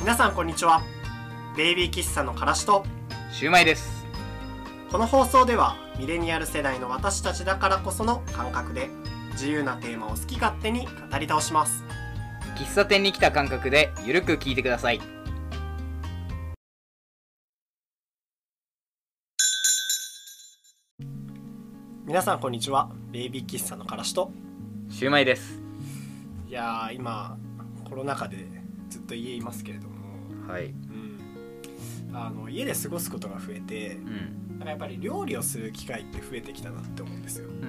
皆さんこんにちはベイビー喫茶のからしとシュウマイですこの放送ではミレニアル世代の私たちだからこその感覚で自由なテーマを好き勝手に語り倒します喫茶店に来た感覚でゆるく聞いてください皆さんこんにちはベイビー喫茶のからしとシュウマイですいやー今コロナ禍でずっと家いますけれども、はいうん、あの家で過ごすことが増えてうんなんかやっぱり料理をする機会って増えてきたなって思うんですようんうん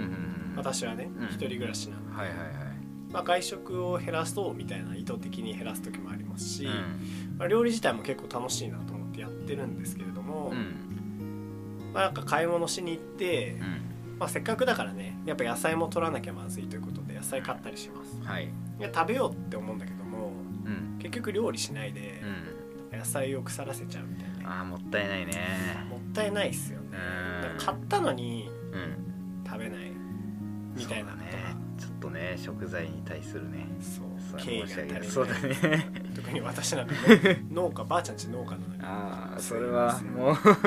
うん私はねうん一人暮らしなんで、はいはいはいまあ、外食を減らそうみたいな意図的に減らす時もありますし、うんまあ、料理自体も結構楽しいなと思ってやってるんですけれども、うんまあ、なんか買い物しに行ってう、まあ、せっかくだからねやっぱ野菜も取らなきゃまずいということで野菜買ったりしますんはいいや食べようって思うんだけどもうん結局料理しないでうん野菜を腐らせちゃうみたいなね、あーもったいないねもったいないっすよねうんだから買ったのにうん食べないみたいなそこうとだがねちょっとね食材に対するねそうそれ敬意はが申し足り訳なないいそうだね 特に私なんかね 農家ばあちゃんち農家なのにああそれはもう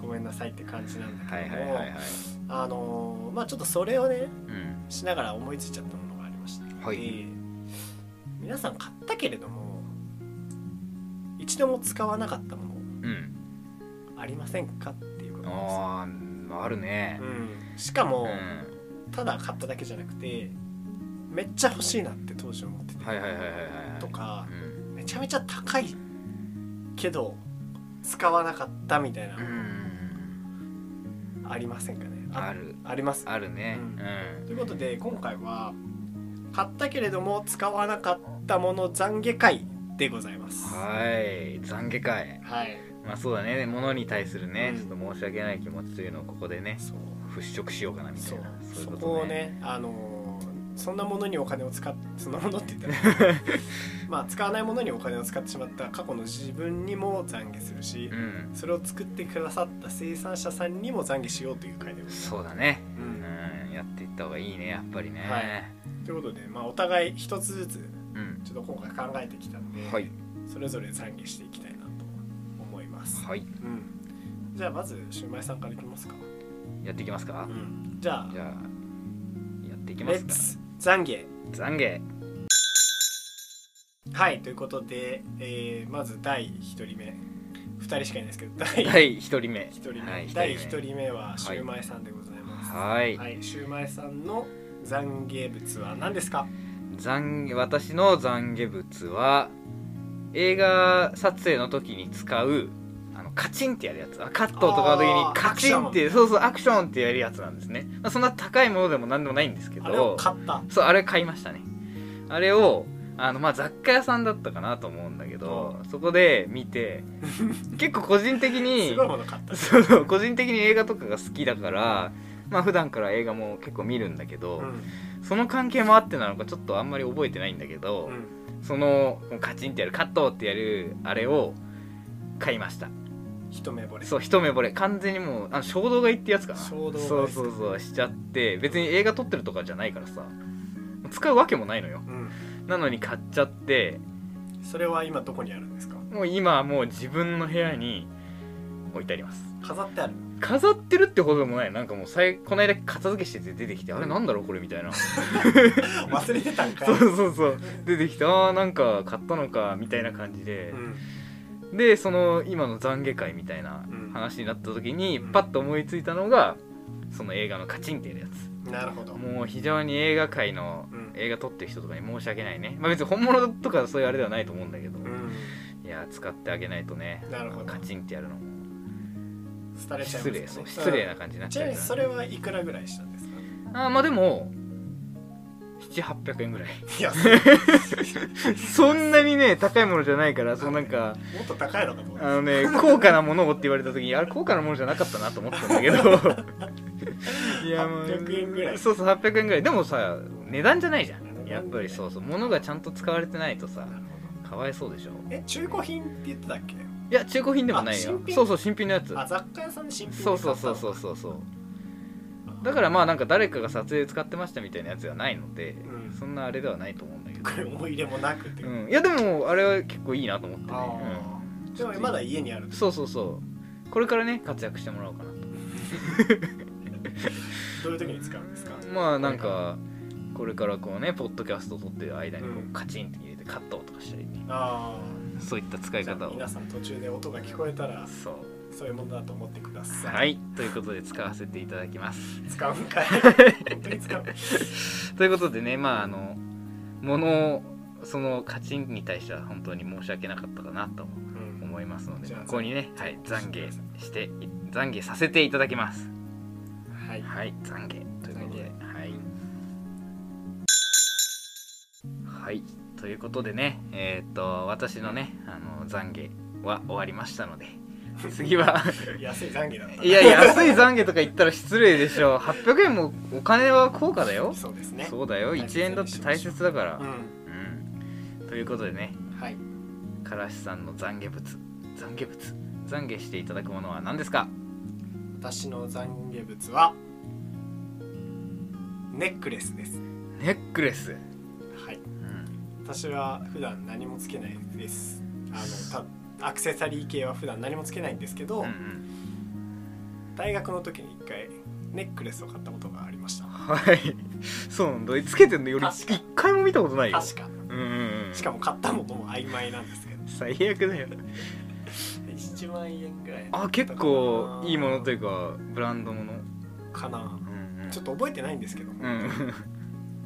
ごめんなさいって感じなんだはいけはどいも、はいはいあのーまあちょっとそれをねうんしながら思いついちゃったものがありまして、はいで皆さん買ったけれども一度も使わなかったもうんのありませんかっていうことなんあああるねですよ、うん、しかうも、んただ買っただけじゃなくてめっちゃ欲しいなって当時思ってて、はいはいはいはいはいとかう、んめちゃめちゃ高いけど使わなかったみたいな、うんありませんかねあるありますあるねうんうんということで今回は買ったけれども使わなかったもの懺悔会でございますはい懺悔会はいまあそうだね物に対するね、うんちょっと申し訳ない気持ちというのをここでねそう払拭しようかなみたそいうなそいうこをねあのーそんなものにお金を使っそんなものって言った らまあ使わないものにお金を使ってしまった過去の自分にも懺悔するしう、んそれを作ってくださった生産者さんにも懺悔しようという回でございますそうだねううんんやっていった方がいいねやっぱりね、はということで、まあ、お互い一つずつうんちょっと今回考えてきたんで、はいそれぞれ懺悔していきたいなと思います、はいうん、じゃあまずシュウマイさんからいきますか、やっていきますか、うん、じゃあじゃあやっていきまレすッかツ懺悔懺悔はいということで、えーまず第1人目2人しかいないですけ ど第1第一人目人目、はい、第一1人目はシュウマイさんでございますはい、はい、シュウマイさんの懺悔物は何ですか懺悔私の懺悔物は映画撮影の時に使うあのカチンってやるやつあカットとかの時あーにカチンってそうそうアクションってやるやつなんですね、まあ、そんな高いものでも何でもないんですけあれをど買ったそうあれ買いましたねあれをあのまあ雑貨屋さんだったかなと思うんだけどそこで見て結構個人的に すごいもの買った そうそう個人的に映画とかが好きだからまあ普段から映画も結構見るんだけど、うんその関係もあってなのかちょっとあんまり覚えてないんだけど、うんそのカチンってやるカットってやるあれを買いました一目惚れそう一目惚れ完全にもうあの衝動買いってやつかな衝動買いそうそうそうしちゃって別に映画撮ってるとかじゃないからさ使うわけもないのようん、なのに買っちゃってそれは今どこにあるんですかもう今はもう自分の部屋に置いてあります飾ってある飾ってるってほどでもないなんかもうさいこの間片付けしてて出てきてあれなんだろうこれみたいな 忘れてたんかいそうそうそう出てきてああんか買ったのかみたいな感じで、うんでその今の懺悔会みたいなうん話になった時に、うんパッと思いついたのがその映画のカチンってやるやつなるほどもう非常に映画界のうん映画撮ってる人とかに申し訳ないね、まあ、別に本物とかそういうあれではないと思うんだけど、うんいや使ってあげないとねなるほどカチンってやるのも廃れちゃいます失かね礼そう失礼うな感じになんっちちゃなうみかにらそれはいくらぐらいしたんです かあーまあでも7800円ぐらい いやそんなにね高いものじゃないからそうなんかもっと高いのかと思っあたのね高価なものをって言われた時にあれ高価なものじゃなかったなと思ったん だけどいもう800円ぐらいそうそう800円ぐらいでもさ値段じゃないじゃ値段んねやっぱりそうそう物がちゃんと使われてないとさなるほかわいそうでしょどえ中古品って言ってたっけいや中古品でもないあよ新品そうそう新品のやつあ雑貨屋さんで新品で買そっうたそのうそうそうそうそうだからまあなんか誰かが撮影で使ってましたみたいなやつではないので、うんそんなあれではないと思うんだけどこ、れ思い入れもなくて、うん、いやでもあれは結構いいなと思ってねああ、でもまだ家にあるうんそうそうそうこれからね活躍してもらおうかなとどういう時に使うんですかまあなんかこれからこうねポッドキャスト撮ってる間にこうんうカチンって入れてカットとかしたりねあそういった使あいじゃ方あを皆さん途中で音が聞こえたらそうそういうものだと思ってください、はいということで使わせていただきます使うん かい本当に使うということでねまああのものをそのカチンに対しては本当に申し訳なかったかなとうん思いますのでじゃあここにね、はい、懺懺悔悔して懺悔させていただきますはいはい懺悔ということで懺はい、はい、ということでねえーっと私のねあの懺悔は終わりましたので 次は安い懺悔だったいや 安い懺悔とか言ったら失礼でしょう800円もお金は高価だよそうですねそうだよ大切に1円だって大切だから、うんうんということでねはいからしさんの懺悔物懺悔物懺悔していただくものは何ですか私の懺悔物はネックレスですネックレス、はいうん、私は普段何もつけないですあのたアクセサリー系は普段何もつけないんですけど、うんうん大学の時に一回ネックレスを買ったことがありましたはいそうなんだつけてんのより確か一回も見たことないよ確かうんうんうんしかも買ったものも曖昧なんですけど最悪だよ1万円ぐらいあ結構いいものというかブランドものかなうんうんちょっと覚えてないんですけども、うんうんだか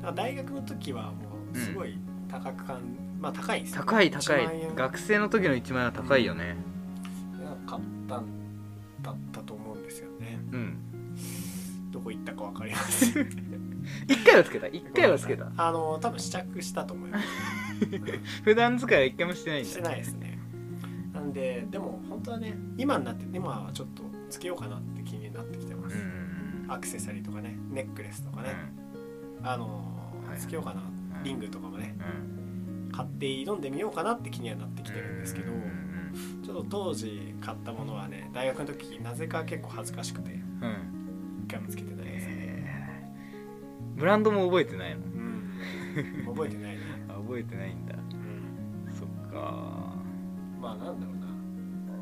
ら大学の時はもうすごい高く感、まあ高いんですよ高い高1万い円学生の時の1万円は高いよね買ったんだったと思うんですよねうんどこ行ったか分かります 1回はつけた1回はつけたあの多分試着したと思います普段使いは1回もしてないんだしてないですねなんででも本当はね今になって今はちょっとつけようかなって気になってきてまうんす、うんうんアクセサリーとかねネックレスとかうね、んあのーはいつけようかな、うんリングとかもねうん買って挑んでみようかなって気にはなってきてるんですけど、うんちょっと当時買ったものはね大学の時なぜか結構恥ずかしくてうんうん一回もつけてないですね、えーブランドも覚えてないうのん覚えてないね、あ覚えてないんだうん、そっかまあなんだろうな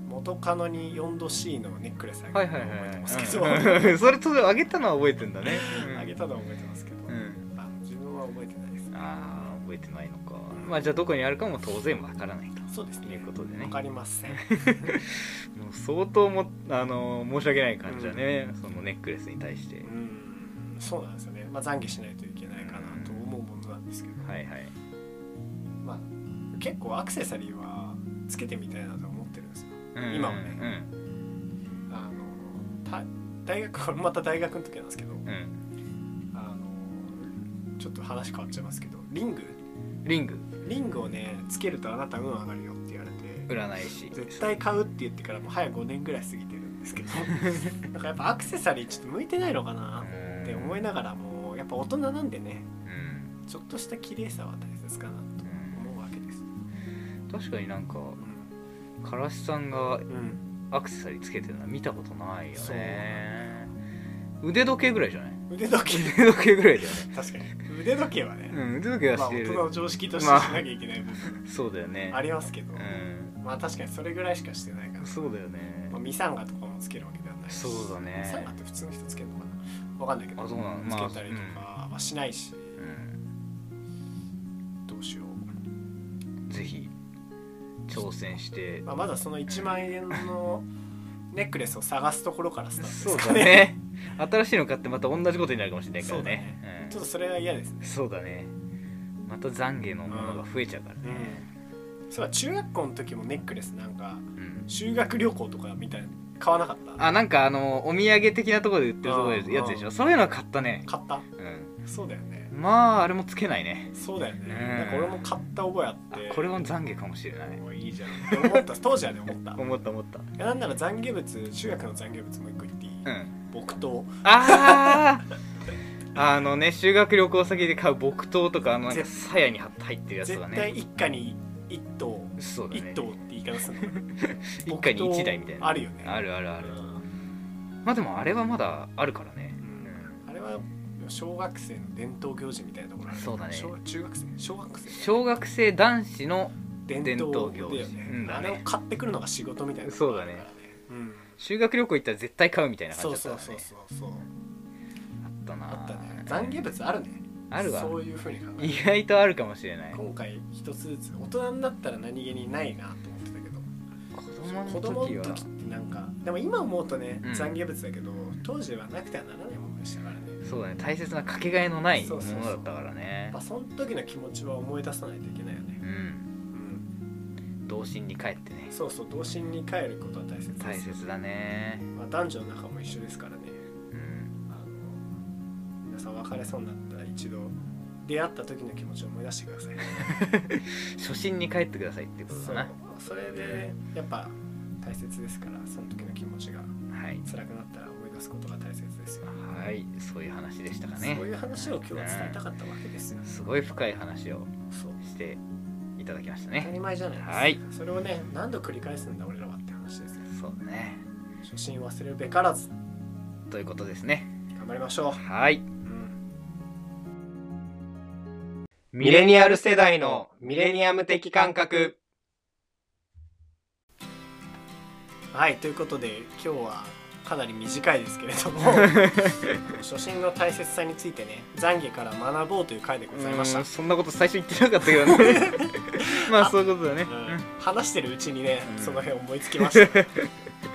元カノに 4°C のネックレスあげはたいはのいはは覚えいてますけど、うん それとあげたのは覚えてんだね あげたのは覚えてますけど、うんまあ、自分は覚えてないですあー覚えてないのかまあじゃあどこにあるかも当然わからないとそうですといねうことでねわかりませんもう相当もあの申し訳ない感じだねそのネックレスに対してうんそうなんですよね、まあ、懺悔しないといけないかなと思うものなんですけど、はいはいまあ、結構アクセサリーはつけてみたいなと思ってるんですようん今はねうんあのた大学これまた大学の時なんですけどうんあのちょっと話変わっちゃいますけどリングリングリングをねつけるとあなた運上がるよって言われて占い師絶対買うって言ってからもう早5年ぐらい過ぎてるんです けどなんかやっぱアクセサリーちょっと向いてないのかなって思いながらもやっぱ大人なんでねうんちょっとした綺麗さは大切かなと思うわけです。確かになんかうからしさんがん、うんアクセサリーつけてるのは見たことないよそうね腕時計ぐらいじゃ ない腕時計腕時計ぐらいだよね確かに腕時計はね、うん腕時計はまあして大人る、の常識としてしなきゃいけない部分そうだよねありますけど、うまあ確かにそれぐらいしかしてないからん、そうだよねまあ、ミサンガとかもつけるわけではないしそうだねミサンガって普通の人つけるのかなわかんないけどあそうなのつまあけたりとかはしないし、うんどうしよう、ぜひ挑戦してまあ、まだその1万円 のネックレスを探すところからスターそトうですだかねね新しいの買ってまた同じことになるかもしれないからねちょっとそれは嫌ですねうん、そうだねまた懺悔のものが増えちゃうからうねんそうだ中学校の時もネックレスなんかうん修学旅行とかみたいな買わなかったあなんかあのお土産的なところで売ってるところでやつでしあょそういうのは買ったね買ったうんそうだよねまああれもつけないねそうだよねうんなんか俺も買った覚えああってこれも懺悔かもしれないもういいじゃんって思った当時はね思った思った思ったいやなんなら懺悔物中学の懺悔物もう一個言っていい、うん木刀あああのね修学旅行先で買う木刀とかあのなんか絶鞘に入ってるやつ絶が対ね一家に一頭そうだ一ね頭って言い方するのかな 一家に一台みたいなあるよねあるあるあうるんまあでもあれはまだあるからねうんは小学生の伝統行事みたいなところあるそうだね小中学生小学生小学生男子の伝伝統統行行事事だよね,、うんだあねれを買ってくるのが仕事みたいなそうだねうん修学旅行行ったら絶対買うみたいなそ感うじだそっうたそからうねそうそうあったなあったね残業物あるねあるわそういうふうに考え意る外とあるかもしれない今回一つずつ大人になったら何気にないなと思ってたけど子子供供の時のは時ってなんかでも今思うとねうん残業物だけど、当時はなくてはならないものでしたからねそうだね大切なかけがえのないもそのうそうそうだったからやねっぱその時の気持ちは思い出さないといけないよね、うんうん、童心に帰ってねそうそう童心に帰ることは大切で大す、切だねまあ、男女の仲も一緒ですからねうんあの皆さん別れそうになったら一度出会った時の気持ちを思い出してください初心に帰ってくださいってことそだうなそれでやっぱ大切ですからその時の気持ちがはい辛くなったら思い出すことが大切ですよ、はいそういう話でしたかねそういう話を今日は伝えたかったわけですよ、すごい深い話をそうしていただきました当たりね前じゃないですか、はいそれをね何度繰り返すんだ俺らはって話ですよそうだね初心忘れるべからずということですね頑張りましょ、はいううんミレニアル世代のミレニアム的感覚はいということで今日はかなり短いですけれど も初心の大切さについてね懺悔から学ぼうという回でございました、うーんそんなこと最初言ってなかったけどね まあそういうことだねうん話してるうちにね、うんその辺思いつきましたちょ っ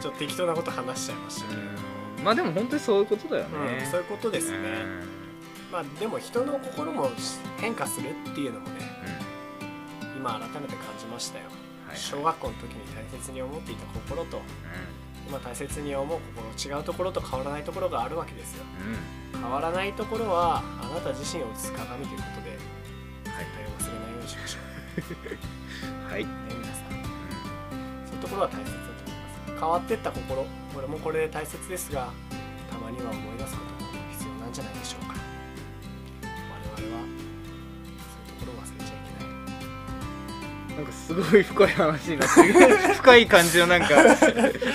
と適当なこと話しちゃいましたけれども、うんまあでも本当にそういうことだよねうんそういうことですね、まあでも人の心も変化するっていうのもねうんうん今改めて感じましたよ、はい小学校の時に大切に思っていた心と今大切に思う心違うところと変わらないところがあるわけですようんうん変わらないところはあなた自身を映す鏡ということではい絶対忘れないようにしましょはい、うんうね皆さんそういうところは大切だと思います変わってった心これもこれで大切ですがたまには思い出すことも必要なんじゃないでしょうか我々はそういうところを忘れちゃいけないなんかすごい深い話になってる深い感じのなんか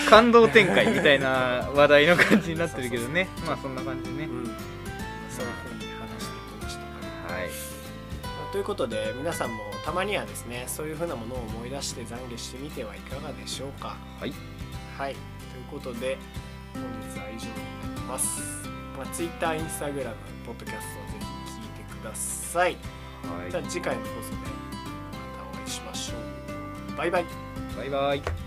感動展開みたいな話題の感じになってるけどねまあそんな感じねうんそういうふうに話していきましたはいということで皆さんもたまにはですねそういうふうなものを思い出して懺悔してみてはいかがでしょうかはいはい、ということで本日は以上になります、まあ、Twitter、Instagram、ポッドキャストをぜひ聞いてください、はいじゃあ次回の放送でまたお会いしましょうバイバイバイバイ